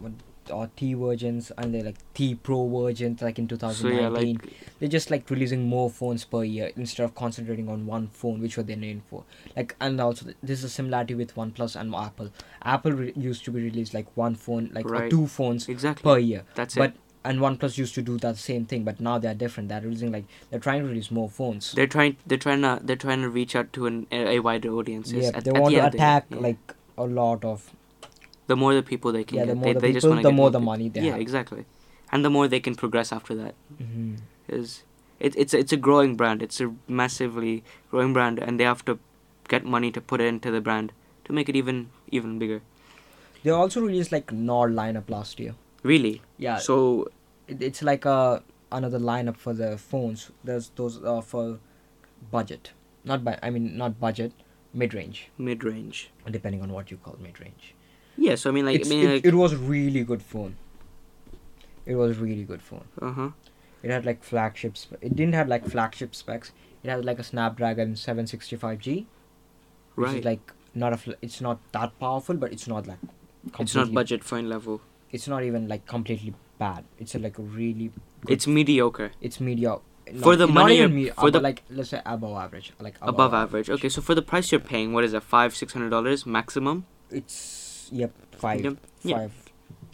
what or T versions and they like T Pro versions like in
So
2019.
yeah, like
They're just like releasing more phones per year instead of concentrating on one phone, which were they known for. Like, and also th- this is a similarity with OnePlus and Apple. Apple re- used to be released like one phone, like or
Right.
two phones
exactly.
per year,
That's it.
but and OnePlus used to do that same thing. But now they're different. They're releasing like they're trying to release more phones.
They're trying. They're trying to. They're trying to reach out to an, a, a wider audience. yes,
yeah,
at-
they
at the
want
end
to
of the day,
attack
yeah.
like a lot of
the more the people they can
yeah.
get.
The more
they,
the
they just
people,
wanna
the
get
more the
people.
money they
Yeah,
have.
exactly. And the more they can progress after that
hmm
is it, it's it's a growing brand. It's a massively growing brand, and they have to get money to put into the brand to make it even even bigger.
They also released like Nord lineup last year.
Really.
Yeah,
So
it, it's like a another lineup for the phones. There's those uh, for budget, not by I mean not budget, mid range,
mid range.
depending on what you call mid range.
Yeah. So I mean, like I
It's-
mean,
it,
like
it was really good phone. It was really good phone.
uh huh.
It had like flagship. Sp- it didn't have like flagship specs. It had like a Snapdragon 765G, which
Right.
is like not a. Fl- it's not that powerful, but it's not like.
it's not
completely-
budget phone level.
It's not even like completely bad. It's a, like a really. good
It's mediocre.
it's media
For the money
not even
you're-
media,
for
uh,
the-
but like let's say above average like above,
Above average. Okay, so for the price you're paying, what is that? Five, six hundred dollars maximum.
it's yep five
Yep, yeah.
five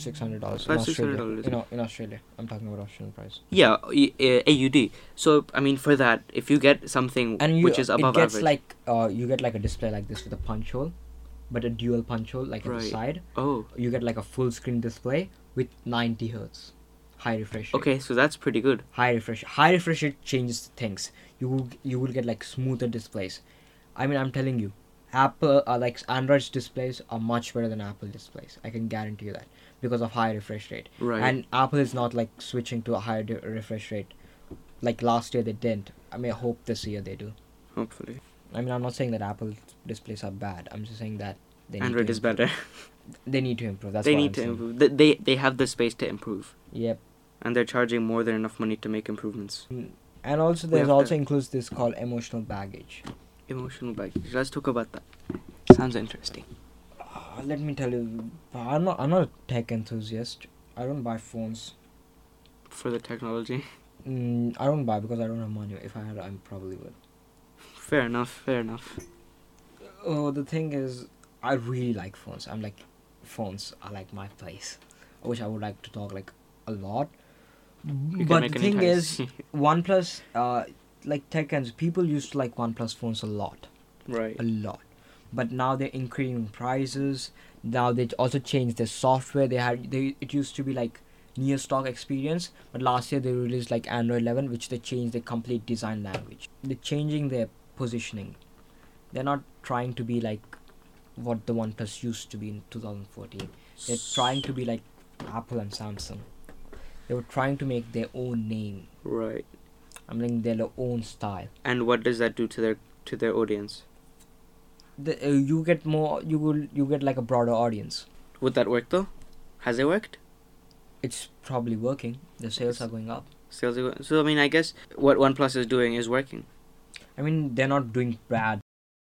six hundred dollars in
Five, six hundred
Australia
dollars.
you know in Australia I'm talking about Australian price
Yeah, y- uh, AUD. So I mean, for that, if you get something
and you,
which is above
it gets
average,
like uh you get like a display like this with a punch hole but a dual punch hole like on
Right.
the side
oh,
you get like a full screen display with 90 hertz high refresh rate.
Okay, so that's pretty good.
high refresh high refresh rate changes things you will you will get like smoother displays i mean i'm telling you apple uh, like android's displays are much better than apple displays i can guarantee you that because of high refresh rate
Right.
and apple is not like switching to a higher de- refresh rate like last year they didn't i mean i hope this year they do
hopefully,
i mean i'm not saying that apple displays are bad i'm just saying that they need
Android
to
is better.
they need to improve that's
they
what
need
I'm
to
saying.
improve. Th- They they have the space to improve,
yep
and they're charging more than enough money to make improvements.
and also
We
there's
have to-
also includes this called emotional baggage
Emotional baggage. Let's talk about that. Sounds interesting.
Uh, let me tell you, I'm not, I'm not a tech enthusiast. I don't buy phones.
For the technology.
Mm, I don't buy because I don't have money. If I had, I probably would.
Fair enough. Fair enough.
Oh, the thing is, I really like phones. I'm like, phones are like my place, which I would like to talk like a lot.
You can
but
make
the
an
thing
entire-
is, OnePlus, uh, like tech ends, people used to like OnePlus phones a lot.
right.
a lot. But now they're increasing prices. Now they also changed their software. They had they it used to be like near stock experience, but last year they released like Android 11, which they changed the complete design language. They're changing their positioning. They're not trying to be like what the OnePlus used to be in 2014. They're trying to be like Apple and Samsung. They were trying to make their own name.
Right.
I'm mean, their own style.
And what does that do to their to their audience?
The, uh, you get more. You will. You get like a broader audience.
Would that work though? Has it worked?
it's probably working. The sales are going up.
Sales. are go- So I mean, I guess what OnePlus is doing is working.
I mean, they're not doing bad.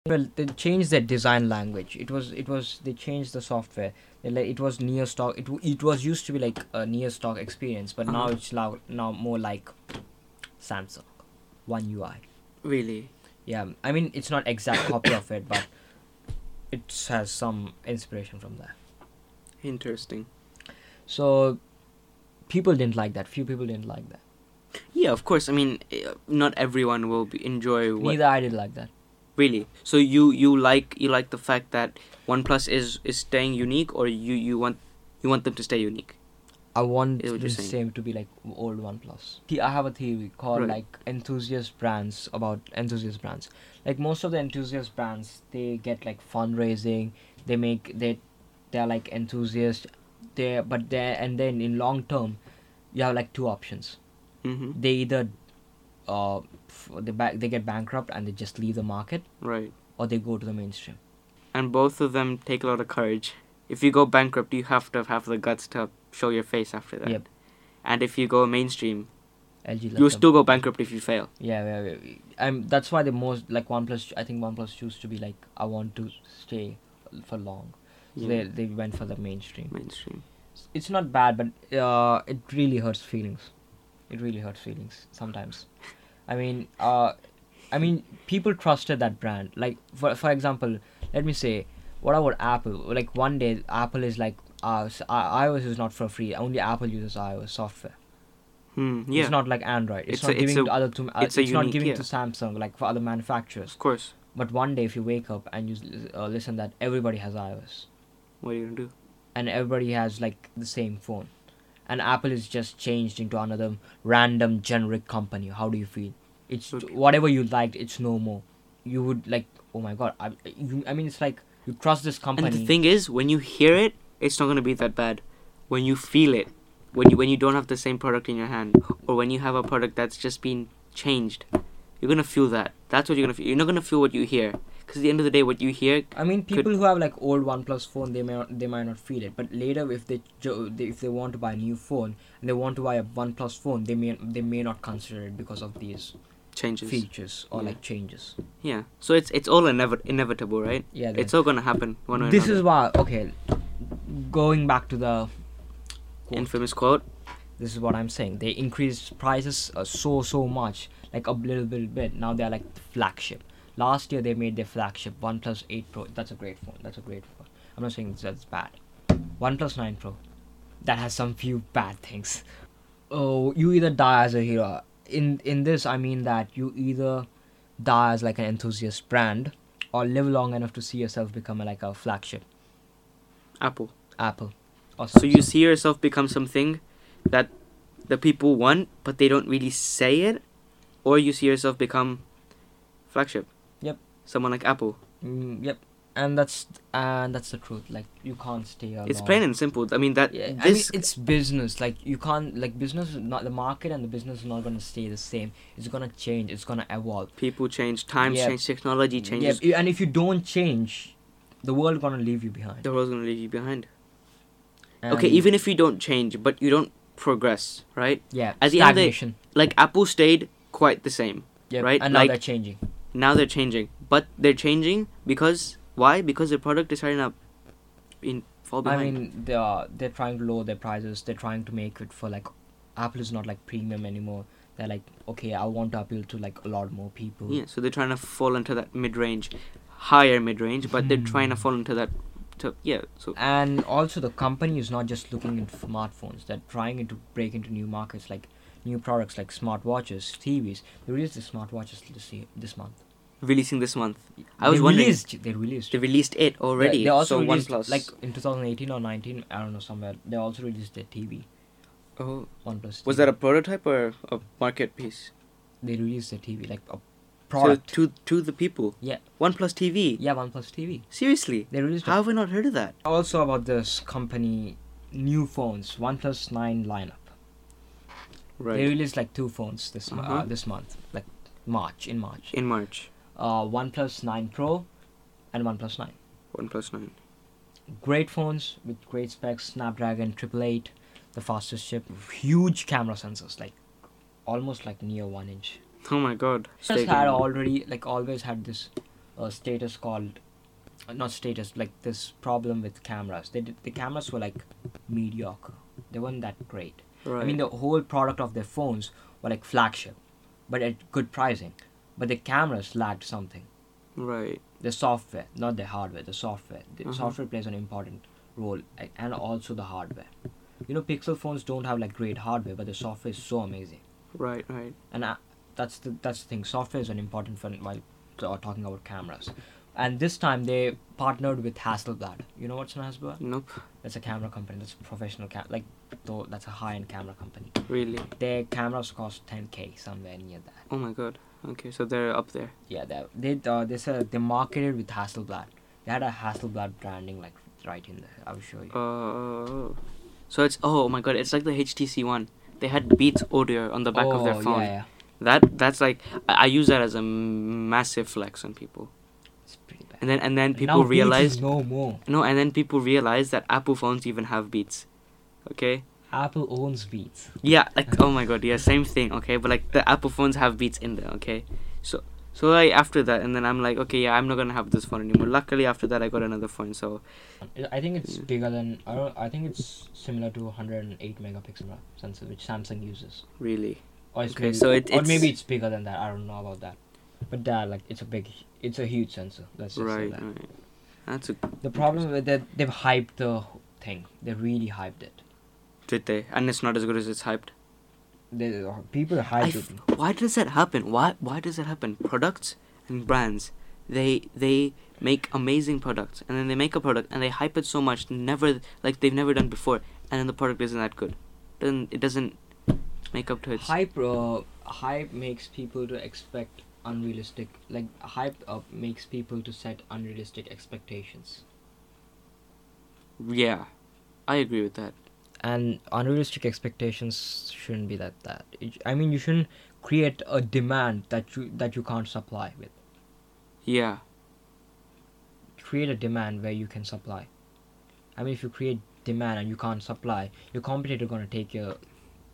Well, they changed their design language. It was, it was, they changed the software. They, like, it was near stock. It, w- it was used to be like a near stock experience, but now
Uh-huh.
it's now, now more like Samsung, One UI.
Really.
Yeah, I mean, it's not exact copy of it, but it has some inspiration from that.
Interesting.
So, people didn't like that. Few people didn't like that.
Yeah, of course. I mean, eh, not everyone will be, enjoy what
Neither I did like that.
Really? So you you like you like the fact that OnePlus is is staying unique, or you you want you want them to stay unique?
I want
Is what
the
you're saying.
same to be like old OnePlus. The- I have a theory called
Right.
like enthusiast brands about enthusiast brands. Like most of the enthusiast brands, they get like fundraising. They make they they're like enthusiast. They but they and then in long term, you have like two options.
Mm-hmm.
They either uh f- they ba- they get bankrupt and they just leave the market,
Right.
or they go to the mainstream.
And both of them take a lot of courage. If you go bankrupt, you have to have the guts to show your face after that.
Yep.
And if you go mainstream,
LG. let
you
them-
still go bankrupt if you fail.
Yeah, yeah, yeah, yeah. Um, that's why the most like OnePlus. I think OnePlus used to be like I want to stay for long. So
Yeah.
They they went for the mainstream.
Mainstream.
It's not bad, but uh, it really hurts feelings. It really hurts feelings sometimes. I mean, uh, I mean, people trusted that brand. Like for for example, let me say, what about Apple? Like one day Apple is like, uh, s- i- iOS is not for free. Only Apple uses iOS software.
Hmm. Yeah.
It's not like Android. It's,
It's
not
a- it's
giving
a-
to other to uh, it's,
it's a
not
unique-
giving
yeah.
to Samsung like for other manufacturers.
Of course.
But one day, if you wake up and you s- uh, listen that everybody has iOS
What are you gonna do?
and everybody has like the same phone, and Apple is just changed into another random generic company, how do you feel? It's
Would-
whatever you liked. It's no more. You would like, oh my god, I, you, I mean, it's like you trust this company.
And the thing is, when you hear it, it's not gonna be that bad. When you feel it, when you when you don't have the same product in your hand, or when you have a product that's just been changed, you're gonna feel that. That's what you're gonna feel. You're not gonna feel what you hear, because at the end of the day, what you hear,
I mean, people who have like old OnePlus phone, they may not, they might not feel it. But later, if they jo- they- if they want to buy a new phone and they want to buy a OnePlus phone, they may they may not consider it because of these
changes.
features or
Yeah.
like changes.
Yeah. So it's it's all inev- inevitable, right?
Yeah,
It's all gonna happen. One way or
this is why.
another.
Okay, going back to the quote,
infamous quote.
this is what I'm saying. They increased prices uh, so so much, like a little bit bit. Now they're like flagship. Last year they made their flagship OnePlus 8 Pro. That's a great phone. That's a great phone. I'm not saying it's- that's bad. OnePlus 9 Pro, that has some few bad things. Oh, you either die as a hero. In in this, I mean that you either die as like an enthusiast brand, or live long enough to see yourself become like a flagship
Apple.
Apple. Or
So you
Samsung.
see yourself become something that the people want, but they don't really say it, or you see yourself become flagship.
Yep.
Someone like Apple.
Mm, yep. And that's and that's the truth. Like you can't stay alone.
It's plain and simple. I mean that
Yeah,
this
I mean, it's business. Like you can't like business is not the market and the business is not gonna stay the same. It's gonna change. It's gonna evolve.
people change, times
Yeah.
change, technology changes.
Yeah, and if you don't change, the world gonna leave you behind.
The world's gonna leave you behind.
And-
okay, even if you don't change, but you don't progress, right?
yeah,
at the end of the-
stagnation.
Like Apple stayed quite the same.
yep,
right,
and now
like-
they're changing.
Now they're changing, but they're changing because why? Because their product is starting up in fall behind.
I mean, they are they're trying to lower their prices. They're trying to make it for like Apple is not like premium anymore. They're like, okay, I want to appeal to like a lot more people.
Yeah, so they're trying to fall into that mid range, higher mid range, but they're trying to fall into that. To, yeah, so
And also, the company is not just looking into smartphones. They're trying to break into new markets, like new products, like smartwatches, TVs. They released the smartwatches this year, this month.
releasing this month. I
They
was wondering.
Released, they released.
They released it already.
They, they also
so
released,
OnePlus.
like in 2018 or 19, I don't know somewhere. They also released their TV,
oh,
OnePlus. TV.
was that a prototype or a market piece?
They released their TV, like a product.
So to to the people.
Yeah.
OnePlus TV.
yeah, OnePlus TV.
Seriously,
They released a
how have I not heard of that?
Also about this company, new phones, OnePlus Nine lineup. They released like two phones this mo- uh,
Uh-huh.
this month, like March in March.
In March,
Uh, OnePlus Nine Pro, and OnePlus Nine.
OnePlus Nine.
Great phones with great specs, Snapdragon triple eight, the fastest chip, huge camera sensors, like almost like near one inch.
Oh my God.
Just
Stay
had
tuned.
already like always had this uh, status called uh, not status like this problem with cameras. They did, the cameras were like mediocre. They weren't that great. I mean,
Right.
the whole product of their phones were like flagship, but at good pricing. But the cameras lacked something.
right.
The software, not the hardware, the software. The
Mhm.
software plays an important role, a- and also the hardware. You know, Pixel phones don't have like great hardware, but the software is so amazing.
Right. Right.
And I, that's the that's the thing. Software is an important for while t- uh, talking about cameras. And this time they partnered with Hasselblad. You know what's an Hasselblad?
Nope.
That's a camera company. That's a professional cam. Like, though that's a high-end camera company
Really.
their cameras cost 10k somewhere near that
Oh my God. Okay, so they're up there.
yeah they they, uh, they said they marketed with hasselblad they had a hasselblad branding like right in there i'll show you
Oh. So it's oh my god, it's like the HTC One. They had Beats Audio on the back of
Oh,
their phone.
yeah, yeah.
That that's like I, I use that as a massive flex on people.
it's pretty bad
And then and then
And now
people
Beats is
realize
no more
no, and then people realize that Apple phones even have Beats. Okay.
apple owns beats
Yeah. Like oh my god. Yeah. Same thing. Okay. But like the Apple phones have Beats in there. Okay. So so like after that, and then I'm like, okay, yeah, I'm not gonna have this phone anymore. Luckily after that, I got another phone. So
i think it's bigger than i don't i think it's similar to 108 megapixel sensor which samsung uses
really.
or it's
Okay,
maybe-
so it-
or maybe
it's-
it's bigger than that i don't know about that but that like it's a big it's a huge sensor let's just say
Right.
that
Right. That's a
The problem with that they've hyped the thing. They really hyped it.
did they, and it's not as good as it's hyped.
They, people
I
hyped
f-
it.
why does that happen? Why why does that happen? Products and brands, they they make amazing products, and then they make a product and they hype it so much, never like they've never done before, and then the product isn't that good. Then it doesn't make up to its.
Hype, uh, hype makes people to expect unrealistic. Like hype up makes people to set unrealistic expectations.
Yeah, I agree with that.
And unrealistic expectations shouldn't be that that. It, I mean, you shouldn't create a demand that you that you can't supply with.
Yeah,
Create a demand where you can supply. I mean, if you create demand and you can't supply, your competitor gonna take your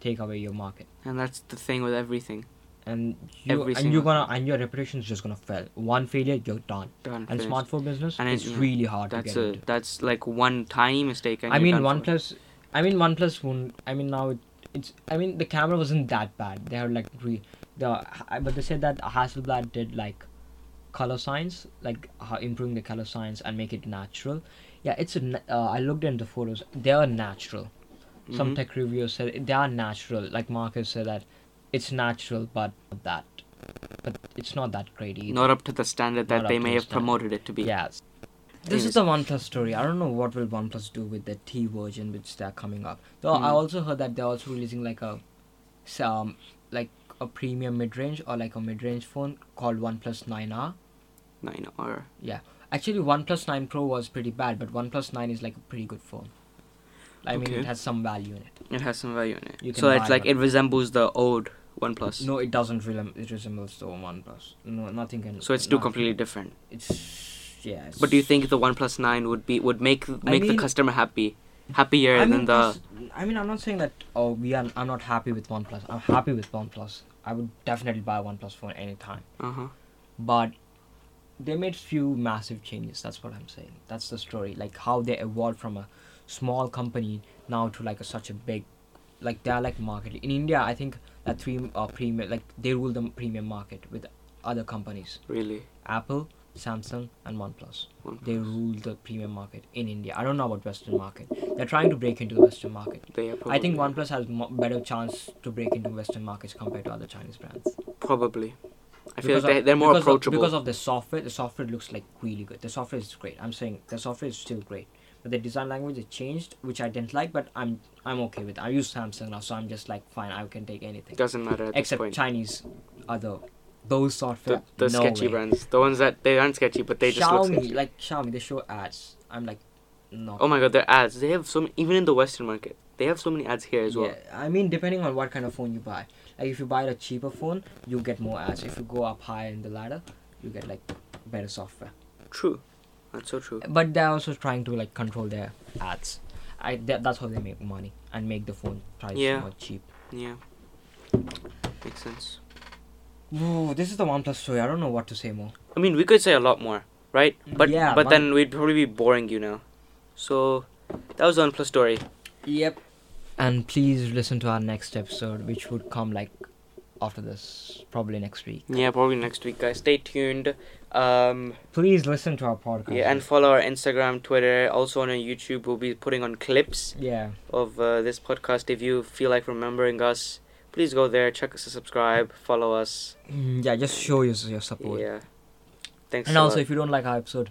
take away your market.
and that's the thing with everything.
and you
Every
and
single
you're gonna and your reputation is just gonna fail. One failure, you're done.
Done.
And
finished.
smartphone business,
And
it's
it-
really hard to
That's
get
a
into.
that's like one tiny mistake. And
I
you're
mean,
done for.
OnePlus. I mean, OnePlus won't. I mean, now it, it's. I mean, the camera wasn't that bad. They had like re, the I- but they said that Hasselblad did like color science, like how improving the color science and make it natural. Yeah, it's a. na- Uh, I looked into photos. They are natural. Some
Mhm.
tech reviewers said they are natural. Like Marcus said that it's natural, but not that, but it's not that great either.
Not up to the standard that
Not
they
up to
may
the
have
standard.
promoted it to be.
Yes. This
Anyways.
is the OnePlus story. I don't know what will OnePlus do with the T version which they're coming up. Though I
Hmm.
also heard that they're also releasing like a some like a premium mid range or like a mid range phone called OnePlus 9R.
Nine R.
Yeah, actually OnePlus 9 Pro was pretty bad, but OnePlus 9 is like a pretty good phone. I mean,
Okay.
it has some value in it.
It has some value in
You
it.
can
So
buy
it's like
one.
it resembles the old OnePlus.
No, it doesn't. Relem- it resembles the OnePlus. No, nothing can.
So it's two
nothing-
completely different.
It's yeah. It's,
But do you think the OnePlus Nine would be would make make the
mean-
customer happy, happier
I
than
mean,
the?
this- I mean, I'm not saying that. Oh, we are. I'm not happy with OnePlus. I'm happy with OnePlus. I would definitely buy a OnePlus phone anytime.
Uh huh.
But they made few massive changes. That's what I'm saying. That's the story. Like how they evolved from a small company now to like a, such a big, like they're like market in India. I think that three uh, premium like they rule the premium market with other companies,
Really.
Apple, Samsung, and OnePlus
OnePlus.
they rule the premium market in India. I don't know about Western market. They're trying to break into the Western market.
They are
I think
probably-
OnePlus has mo- better chance to break into Western markets compared to other Chinese brands.
Probably. I feel
Because
like they're,
of-
they're more
because of-
approachable.
because of the software. The software looks like really good. The software is great. I'm saying the software is still great, but the design language is changed, which I didn't like. But I'm I'm okay with. I use Samsung now, so I'm just like fine. I can take anything
it doesn't matter at
except
this point.
Chinese, other those software.
The, the
no
sketchy
way.
brands, the ones that they aren't sketchy, but they just look
Xiaomi,
sketchy.
like Xiaomi, they show ads. I'm like, no.
Oh my god, their ads. They have so many, even in the Western market, they have so many ads here as well.
Yeah, I mean, depending on what kind of phone you buy. Like, if you buy a cheaper phone, you get more ads. If you go up higher in the ladder, you get like better software.
True. That's so true.
But they're also trying to like control their ads. I tha- that's how they make money and make the phone price
Yeah.
more cheap.
Yeah. Makes sense.
Ooh, this is the OnePlus story. I don't know what to say more.
I mean, we could say a lot more, right? But
Yeah,
but
but-
then we'd probably be boring you now. So, that was on plus story.
Yep. And please listen to our next episode, which would come like after this, probably next week.
Yeah, probably next week, guys. Stay tuned. Um,
Please listen to our podcast.
yeah, and follow our Instagram, Twitter. Also on our YouTube, we'll be putting on clips.
yeah.
of uh, this podcast. If you feel like remembering us, please go there, check us, subscribe, follow us.
Mm, yeah, just show your your support.
Yeah. Thanks.
And
a
also,
lot.
if you don't like our episode,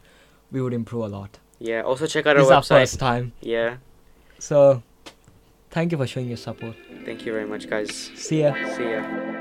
we would improve a lot.
yeah. Also check out our
This is our
website.
first time.
Yeah.
So, thank you for showing your support.
Thank you very much, guys.
See ya.
See ya.